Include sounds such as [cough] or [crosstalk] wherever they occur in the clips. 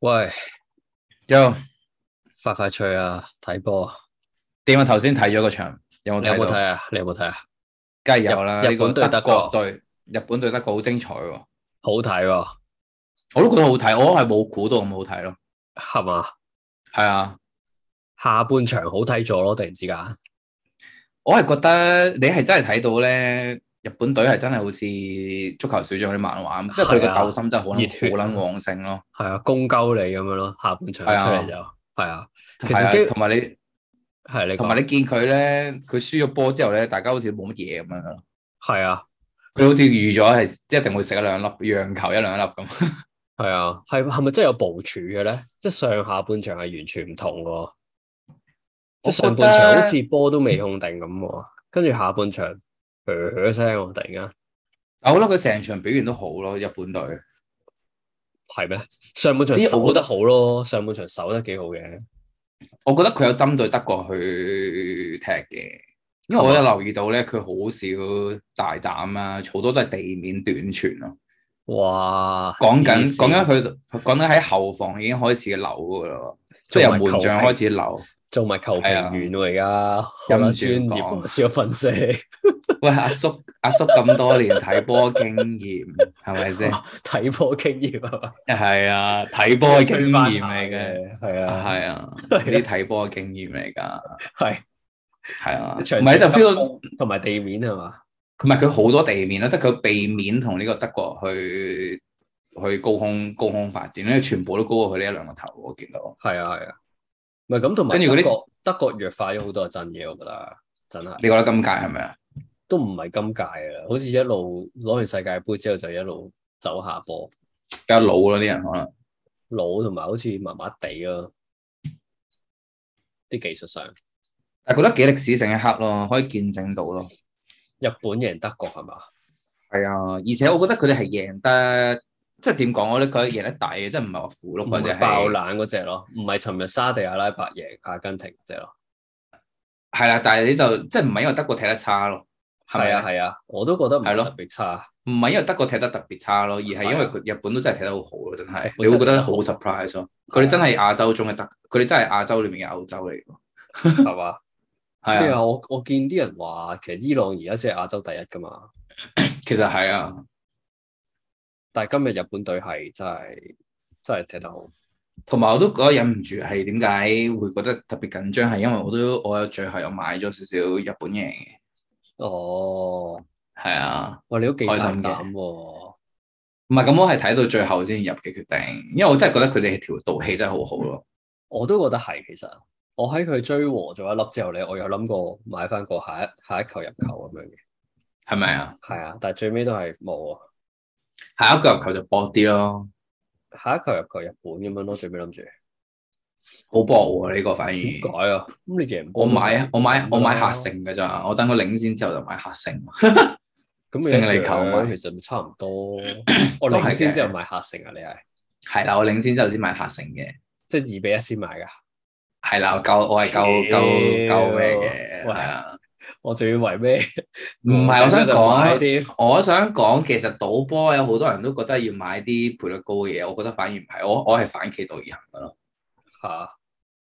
喂又發晒趣啊！睇波啊！點啊？頭先睇咗個場，有冇你有睇冇到？睇啊？你有冇睇啊？梗係有啦，日呢個日本對德德國國對日本對德國好精彩喎，好睇喎，我都覺得好睇，我係冇估到咁好睇咯。係嘛？係啊，下半場好睇咗咯，突然之間我係覺得你係真係睇到咧，日本隊係真係好似足球小將嗰啲漫畫咁，即係佢個係啊鬥心真係好熱血撚好撚旺盛咯。係啊，公鳩你咁樣咯，下半場出係啊嚟就係啊，其實係基啊，同埋你係啊你同講埋你見佢咧，佢輸咗波之後咧，大家好似冇乜嘢咁樣咯。係啊佢好似預咗係一定會食一兩粒，讓球一兩粒咁。係啊，係係咪真係有部署嘅咧？即係上下半場係完全唔同嘅，即係我覺上得半場好似波都未控定咁喎，跟住下半場嘭嘭聲喎，突然間我覺得佢成場表現都好咯，日本隊。係咩？上半場咦我守覺得得好咯，上半場守得幾好嘅，我覺得佢有針對德國去踢嘅，因為我有留意到咧，佢好少大斬啊，好多都係地面短傳咯。哇！講緊黐線講緊佢講緊喺後防已經開始扭噶啦喎，即係由門將開始扭。做埋球評員喎，而家好忍啦，唔啊住專咁業講 [laughs] 我少分析，喂，阿叔 [laughs] 阿叔咁多年睇波經驗係咪 [laughs] 先？睇波經驗啊，係啊，睇波嘅經驗嚟嘅，， [laughs] 係啊，係啊，呢啲睇波嘅經驗嚟㗎，係係啊，長唔係就 feel 到。同埋地面係嘛，佢唔係佢好多地面啦，即係佢避免同呢個德國去去高空高空發展，因為全部都高過佢呢一兩個頭，我見到。係啊係啊，唔係咁同埋跟住嗰德啲國德國弱化咗好多係真嘢，我覺得真係你覺得今屆係咪啊？都唔係今屆啊，好似一路攞完世界盃之後就一路走下坡，比較老啦啲人可能。老同埋好似麻麻地咯，啲技術上，但係覺得幾歷史性一刻咯，可以見證到咯。日本贏德國係嘛？係啊，而且我覺得佢哋係贏得，即係點講我咧？佢係贏得抵嘅，即係唔係話符碌唔佢哋係爆係冷嗰只咯，唔係尋日沙地阿拉伯贏阿根廷嗰只咯。係啦。但係你就即係唔係因為德國踢得差咯，係咪係啊啊？係啊，我都覺得唔係係咯特別差。唔係因為德國踢得特別差咯，而係因為係啊佢日本都真係踢得好好咯，真係日。本你真係踢會覺得得好好 surprise 咯。佢哋真係啊啊亞洲中嘅德，佢哋真係亞洲裏面嘅歐洲嚟㗎。係嘛？咩 [laughs] 係啊，啊？我我見啲人話其實伊朗而家先係亞洲第一噶嘛，其實係啊，但係今日日本隊係真係真係踢得好。同埋我都覺得忍唔住係點解會覺得特別緊張，係因為我都我有最後有買咗少少日本嘢嘅，哦，係啊，哇！你都幾大開心嘅膽喎，唔係咁我係睇到最後先入嘅決定，因為我真係覺得佢哋條道氣真係好好咯，我都覺得係其實。我喺佢追和咗一粒之後咧，我有諗過買翻個下一下一球入球咁樣嘅，係咪啊？係啊，但係最尾都係冇啊，下一個入球就搏啲咯，下一球入球日本咁樣咯，最尾諗住好搏喎呢個反而。點改啊？咁你贏波我買啊！我買我買咁客啊勝㗎咋，我等佢領先之後就買客勝。咁勝利球嘛，嘛其實咪差唔 [coughs] 多。我都係嘅領先之後買客勝啊，你係係啦，我領先之後先買客勝嘅。即係二比一先買噶。係啦，我夠我係夠屌夠夠咩嘅？喂係啊， [laughs] 我仲以為咩？唔係我 [laughs] 想就買講。啊啲我想講，其實賭波有好多人都覺得要買啲賠率高嘅嘢，我覺得反而唔係，我我係反其道而行噶咯。嚇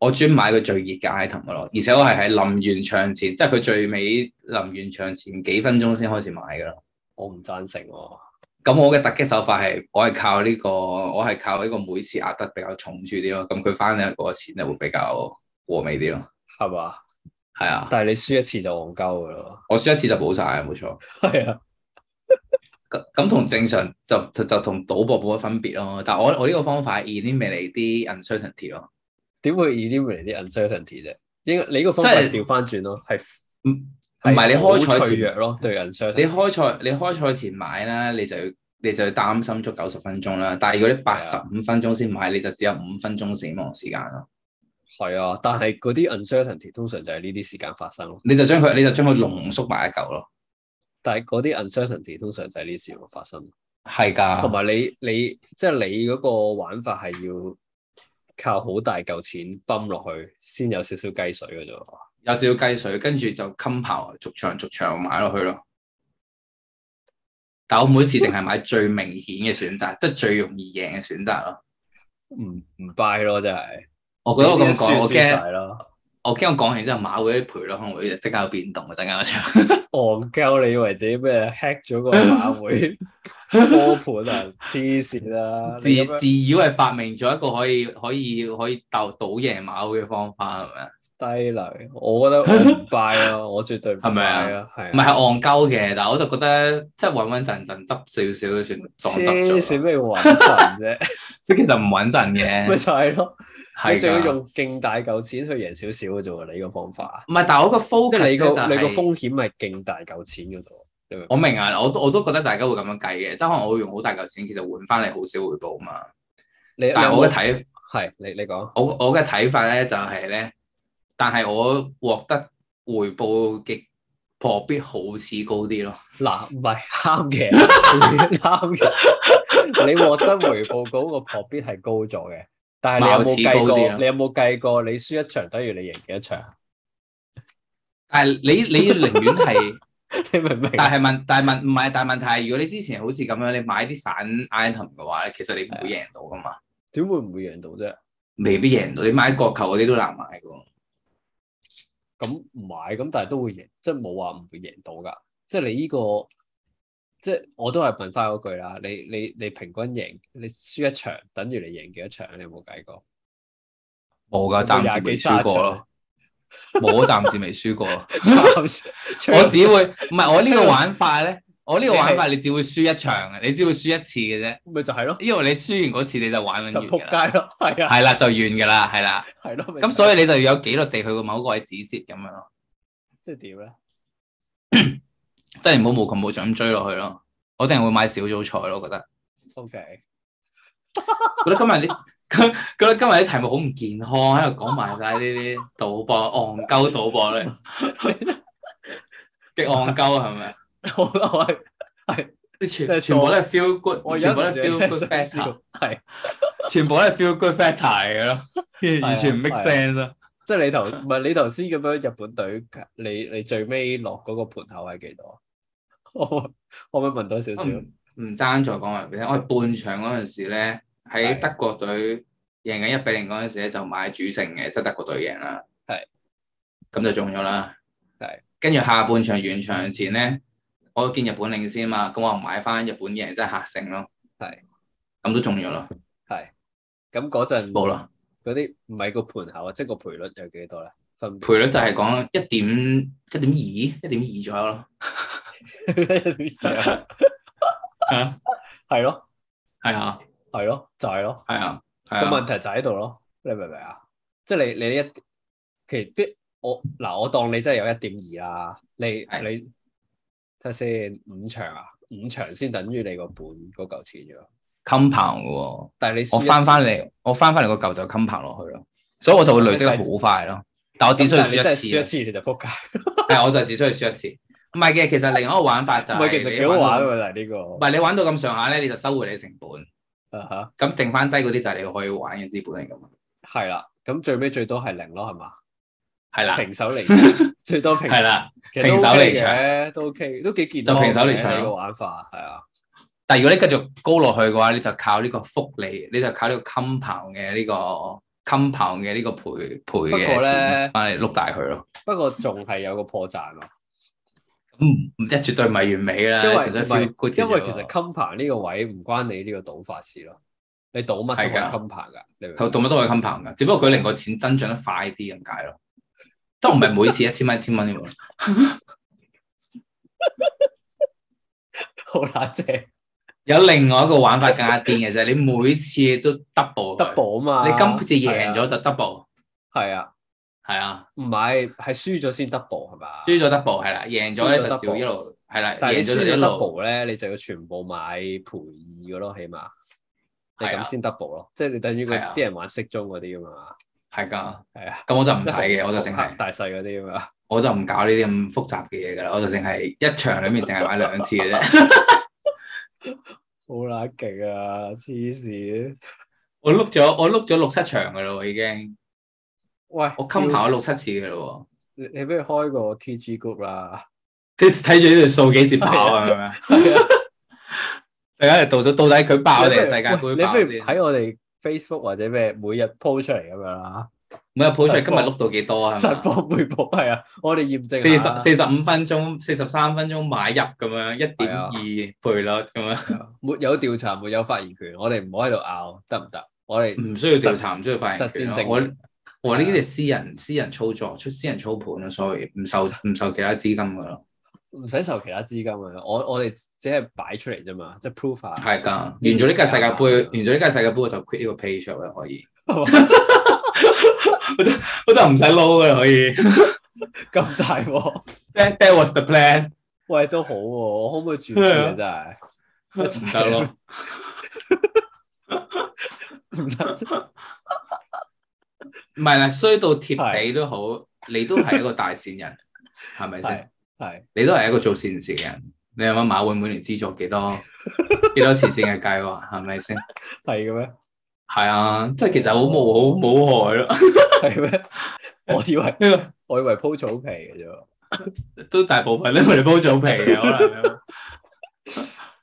我專買佢最熱嘅 item 噶咯，而且我係喺臨完場前，即係佢最尾臨完場前幾分鐘先開始買噶咯。我唔贊成喎。咁我嘅突擊手法係我係靠呢、個，我係靠呢個每次壓得比較重注啲咯。咁佢翻嚟個錢就會比較和味啲咯。係嘛？係啊，但係你輸一次就戇鳩噶咯。 [laughs] 我輸一次就補晒啊，冇錯。係啊，咁咁同正常就就就同賭博冇乜分別咯。但係我我呢個方法 eliminate 啲 uncertainty 咯。點會 eliminate 啲 uncertainty 啫？應你個方法即係調翻轉咯，係唔唔係你係好開賽脆前，弱咯，對你 uncertainty。開賽你開賽前買啦，你就要你就要擔心足九十分鐘啦。但係如啊果你八十五分鐘先買，你就只有五分鐘死亡時間咯。係啊，但係嗰啲 uncertainty 通常就係呢啲時間發生咯。你就將佢你就將佢濃縮埋一嚿咯。但係嗰啲 uncertainty 通常就係呢啲時間發生。係同㗎，埋你你即係你嗰個玩法係要靠好大嚿錢泵落去先有少少雞水嘅啫喎。有少少雞水，跟住就 compound 逐場逐場買落去咯。但我每次淨係買最明顯嘅選擇，即係最容易贏嘅選擇咯。唔唔 buy 咯，真係。嗯我覺得我咁講，我驚驚晒咯，我驚我講完之後馬會啲賠率可能會即刻有變動啊！陣間嗰場戇鳩你以為自己咩 hack 咗個馬 [laughs] 會波盤啊？黐線啦！自你咁樣自以為發明咗一個可以可以可以鬥賭贏馬會嘅方法係咪啊？低能，我覺得我唔 buy 咯， [laughs] 我絕對唔係咪啊 buy 咯，係啊唔係係戇鳩嘅，但係我就覺得即係穩穩陣陣執少少都算當黐執線咗。啊咩穩陣 [laughs] 啫？即係其實唔穩陣 [laughs] 咪嘅，就係咯，你係仲要㗎。用勁大嚿錢去贏少少嘅啫喎，你個方法，唔係，但係我個 focus 即係你個呢就係你個風險係勁大嚿錢嗰度，你明唔明我明啊，我都我都覺得大家會咁樣計嘅，即係可能我會用好大嚿錢，其實換翻嚟好少回報嘛。你你有但係我冇嘅睇係你你講我我嘅睇法咧就係、咧，但係我獲得回報嘅破必好似高啲咯。嗱，唔係啱嘅， [laughs] 啱嘅，你獲得回報嗰個破必係高咗嘅，但係你有冇計貌似高啲過？啊你有冇計過？你輸一場等於你贏幾多場？ [laughs] 但係你你寧願 [laughs] 係，你明唔明？但係問但係問唔係，但係問題係如果你之前好似咁樣，你買啲散 item 嘅話咧，其實你唔會贏到噶嘛，點會唔會贏到啫？未必贏到。你買國球嗰啲都難買嘅喎。咁唔買咁，但係都會贏，即係冇話唔會贏到㗎。即係你呢個，即係我都係問翻嗰句啦。你你你平均贏，你輸一場等於你贏幾多場？你有冇計過？ [laughs] 冇噶，暫時未輸過咯。冇，暫時未輸過。 [laughs] 暫時 [laughs] 我只會唔係我呢個玩法咧，我呢個玩法你只會輸一場嘅，你只會輸一次嘅啫。咪就係咯，因為你輸完嗰次你就玩完就㗎撲啦街 [laughs] 咯，係啊，係啦，就完㗎啦，係啦。係咯。咪就係咁所以你就要有紀律地去到某一個位止蝕咁樣咯，即係點咧？即係你唔好無窮無盡咁追落去咯。我淨係會買小組賽咯，我覺 [laughs] 得 O K，覺得今日啲 [laughs] 覺得今日啲題目好唔健康，喺度講埋晒呢啲賭博、戇鳩賭博咧， [laughs] 極戇鳩係咪？我我係你真係傻全全部都係 feel good，我全忍部唔都住係 feel 真 good 係想 factor，笑，係全部都係 feel good factor 嚟嘅咯，完全唔 make 係啊 sense 啊！即係你頭唔係你頭先咁樣日本隊，你你最尾落嗰個盤口係幾多？ [laughs] 我可唔可以問多少少？唔爭再講埋俾你聽，我哋半場嗰陣時咧，喺係德國隊贏緊一比零嗰陣時咧，就買主勝嘅，即係德國隊贏啦。係。咁就中咗啦。係。跟住下半場完場前咧，我見日本領先嘛，咁我買翻日本贏，即係客勝咯。係。咁都中咗咯，咁嗰陣冇啦。嗰啲唔係個盤口啊，即係個賠率有幾多咧？分別 [laughs] [laughs] 賠率就係講一點一點二一點二左右咯。係啊，係咯，係啊，係咯，就係咯。係啊，係個問啊。題就喺度咯，你明唔明啊？即係你你一其啲我嗱，我當你真係有一點二啦，你係你睇下先五場啊，五場先等於你個本嗰嚿錢啫喎。 compound 嘅喎。但係你輸我一次翻翻嚟，我翻翻嚟個舊就襟拍落去咯，所以我就會累積得好快咯。但我只需要咁但係你真係輸輸一一次，啊次你就撲街， [laughs] 係我就只需要輸一次。唔係嘅，其實另一個玩法就唔係係其實你幾好玩啊到喎，但係呢唔個係你玩到咁上下咧，你就收回你成本，啊哈咁剩翻低嗰啲就係你可以玩嘅資本嚟噶嘛。係啦，咁最尾最多係零咯，係嘛？係啦，平手 [laughs] 嚟，最多平係啦。其實都平手 OK 離場嘅，都 OK，都幾健康就平手離場嘅呢個玩法係啊，但係如果你繼續高落去嘅話，你就靠呢個福利，你就靠呢個 compound 嘅呢個 compound 嘅呢個賠賠不嘅過錢呢翻嚟碌大佢咯。不過仲係有個破綻咯，咁唔唔即係絕對唔係完美啦，因為純粹 feel good 嘅啫因為喎其實 compound 呢個位唔關你呢個賭法事咯，你賭乜係都係㗎 compound 㗎，你明唔佢明？動物都可以 compound 噶，只不過佢令個錢增長得快啲咁解咯。即係我唔係 [laughs] 每次一千蚊一千蚊咁喎，好啦，即係有另外一個玩法更加癲嘅就係你每次都 double 佢 double 啊嘛，你今次贏咗就 double，係啊，係啊，唔係係輸咗先 double 係嘛？輸咗 double 係啦，贏咗咧輸咗就照 double 一路係啦，但係你贏咗就輸一咗路 double 咧，你就要全部買賠二嘅咯，起碼你係啊咁先 double 咯，即係你等於係啊嗰啲人玩骰盅嗰啲㗎嘛，係㗎。係啊，咁我就唔唔使 [laughs] 嘅，我就淨係大細嗰啲啊嘛。我就唔搞呢啲咁複雜嘅嘢㗎啦，我就淨係一場裡面淨係買兩次嘅啫。 [laughs] 好乸勁啊！黐線，我碌咗我碌咗六七場㗎啦喎，已經喂，我 compound 咗六七次㗎啦喎。你你不如開個 T G group [laughs] 啦，你睇住呢條數幾時爆啊？係咪啊？大家就到咗到底佢爆定係世界盃你不爆如先？喺我哋 Facebook 或者咩每日 po 出嚟咁樣啦，每日 po 出嚟，今日碌到幾多啊？實報每報係啊，我哋驗證四下十四十五分鐘、四十三分鐘買入咁樣，一點二倍率咁樣，沒有調查沒有發言權，我哋唔好喺度拗得唔得？我哋唔需要調查，唔需要發言權實戰證咯。我我呢啲係啊私人私人操作，出私人操盤咯，所以唔受唔受其他資金噶咯。唔使受其他資金啊！我我哋只係擺出嚟啫嘛，即係 proof 下。 [laughs] 係㗎，完咗呢屆啊世界盃，完咗呢屆世界盃我就 quit 呢個 page 啦，可以。我就我就唔使撈啦，可以。咁大鑊， That that was the plan，喂都好喎，我可唔可以轉住啊？真係啊唔得咯。唔得，唔係啦，衰到貼地都好，你都係一個大善人，係咪係先？係你都係一個做善事嘅人。你諗下馬會每年資助幾多 [laughs] 幾多慈善嘅計劃，係咪先？係嘅咩？係啊，即係其實好冇好冇害咯。 [laughs] 係咩？我以為呢個我以為鋪草皮嘅啫喎。都大部分咧，我哋鋪草皮嘅可 [laughs] 能哦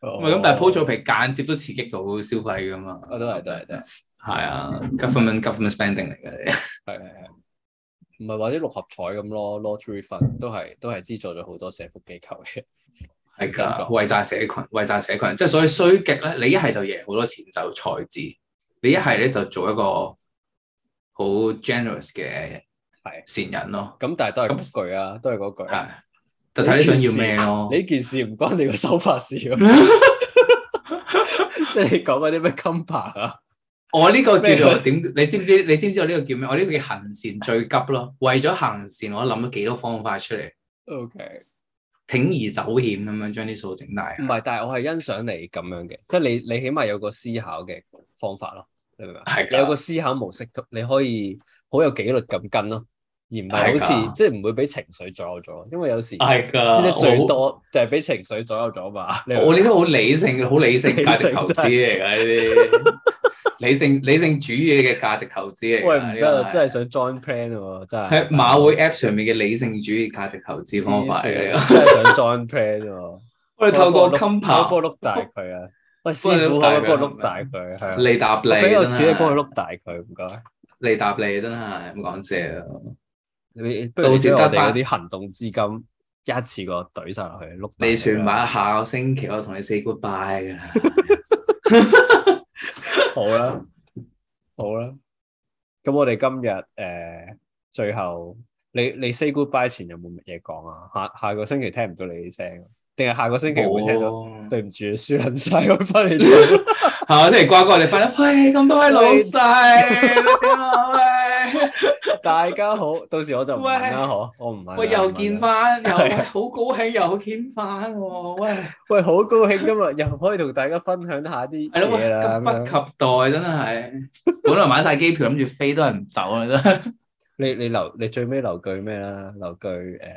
都。唔係咁咁，但係鋪草皮間接都刺激到消費噶嘛。啊，都係都係都係，係啊，government government spending 嚟嘅。係係係，呃唔係或者六合彩咁咯，lottery fund 都係都係資助咗好多社福機構嘅，係真㗎，㗎為債社群，為債社群，即係所以衰極咧，你一係就贏好多錢就財智，你一係咧就做一個好 generous 嘅係善人咯，咁但係都係嗰句啊，都係嗰句。係，就睇你想要咩咯。呢件事唔關啊你個手法事咯， [laughs] 即係你講嗰啲咩 compa 啊，我呢個叫做咩點？你知唔知？你知唔知我呢個叫咩？我呢個叫行善最急咯。為咗行善，我諗咗幾多方法出嚟， OK，鋌而走險咁樣將啲數整大啊唔。係，但係我係欣賞你咁樣嘅，即係你你起碼有個思考嘅方法咯，你明唔明啊？係你有個㗎，思考模式，你可以好有紀律咁跟咯，而唔係啊係好似㗎即係唔會俾情緒左右咗，因為有時呢係啲㗎。最我多就係俾情緒左右咗嘛。你明啊唔我明呢啲好理性、好理性理性價值投資嚟㗎，呢啲 [laughs] 理性理性主義嘅價值投資嚟㗎。喂唔得呢啊，個真係想 join plan 喎，真係係馬會 App 上面嘅理性主義價值投資方法嚟黐嘅。呢個線啊真係想 join plan [laughs] 喎。我哋透過幫我 Compa 幫我碌大佢啊！喂，師幫你傅碌可大唔可佢以幫我碌大佢？係啊，利搭利我俾個錢啊你幫佢真係，碌大佢，唔該。利搭利真係唔講笑。你不如你到時將我得哋返嗰啲行動資金一次過懟晒落去碌大佢。啊你算埋下個星期我同你 say goodbye 㗎啦。好啦，好啦。咁我哋今日誒最後，你你 say goodbye 前有冇乜嘢講啊？下下個星期聽唔到你啲聲，定係下個星期會聽到？冇對唔住，輸撚晒，我翻嚟做。 [laughs] 下個星期乖乖你翻嚟，喂咁多位老細，你點啊喂？大家好，到時我就唔問啦，喂嗬，我唔問啊啦。喂又見翻，又係啊好高興又見翻喎，喂！喂，好高興今日又可以同大家分享下啲係咯，喂嘢啦。咁樣急不及待真係，本來買晒機票諗住飛都係唔走啦，真係。你你留你最尾留句咩啦？留句誒、呃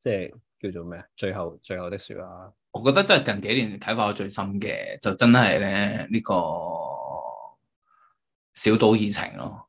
即係叫做咩啊？最後最後的説話。我覺得真係近幾年睇法我最深嘅，就真係咧呢個小島怡情咯。